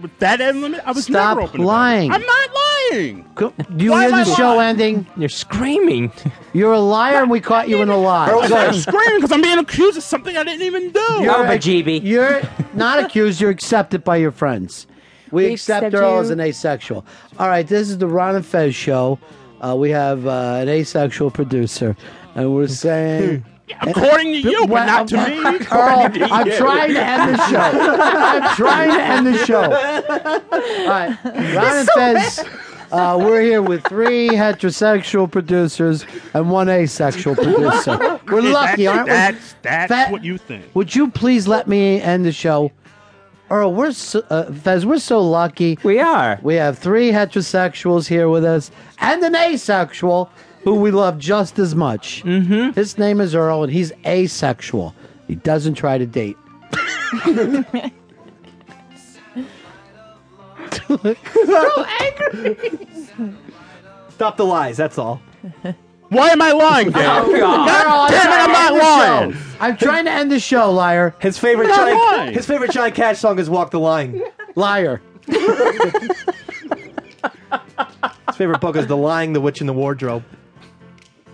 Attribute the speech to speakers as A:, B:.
A: with that end limit, I was
B: Stop
A: never open. to that.
B: lying.
A: I'm not lying.
B: Go- Do you
A: Why
B: hear
A: am I
B: the show
A: lying?
B: ending?
C: You're screaming.
B: You're a liar, and we caught you in a lie.
A: I'm screaming because I'm being accused of something I didn't even do.
B: You're
C: Oh,
B: ac-
C: bejeebie.
B: You're not accused. You're accepted by your friends. We,
D: We
B: accept,
D: accept
B: Earl
D: you.
B: as an asexual. All right, this is the Ron and Fez show. Uh, we have uh, an asexual producer, and we're saying.
A: According to you, but
B: Well,
A: not to me.
B: Earl,
A: According to
B: I'm
A: you.
B: trying to end the show. I'm trying to end the show. All right, Ron and Fez, uh, we're here with three heterosexual producers and one asexual producer. We're
A: That's-
B: lucky, aren't we?
A: That's, that's
B: Fat-
A: what you think.
B: Would you please let me end the show? Earl, we're so, uh, Fez, we're so lucky.
C: We are.
B: We have three heterosexuals here with us and an asexual who we love just as much. Mm-hmm. His name is Earl and he's asexual. He doesn't try to date.
E: Stop the lies. That's all.
A: Why am I lying, Dan? God damn it, I'm not lying.
B: I'm trying to end the show, liar.
E: His favorite
A: Not
E: Johnny,
A: lying.
E: his favorite Johnny Cash song is "Walk the Line."
B: Liar.
E: His favorite book is "The Lying, the Witch, and the Wardrobe."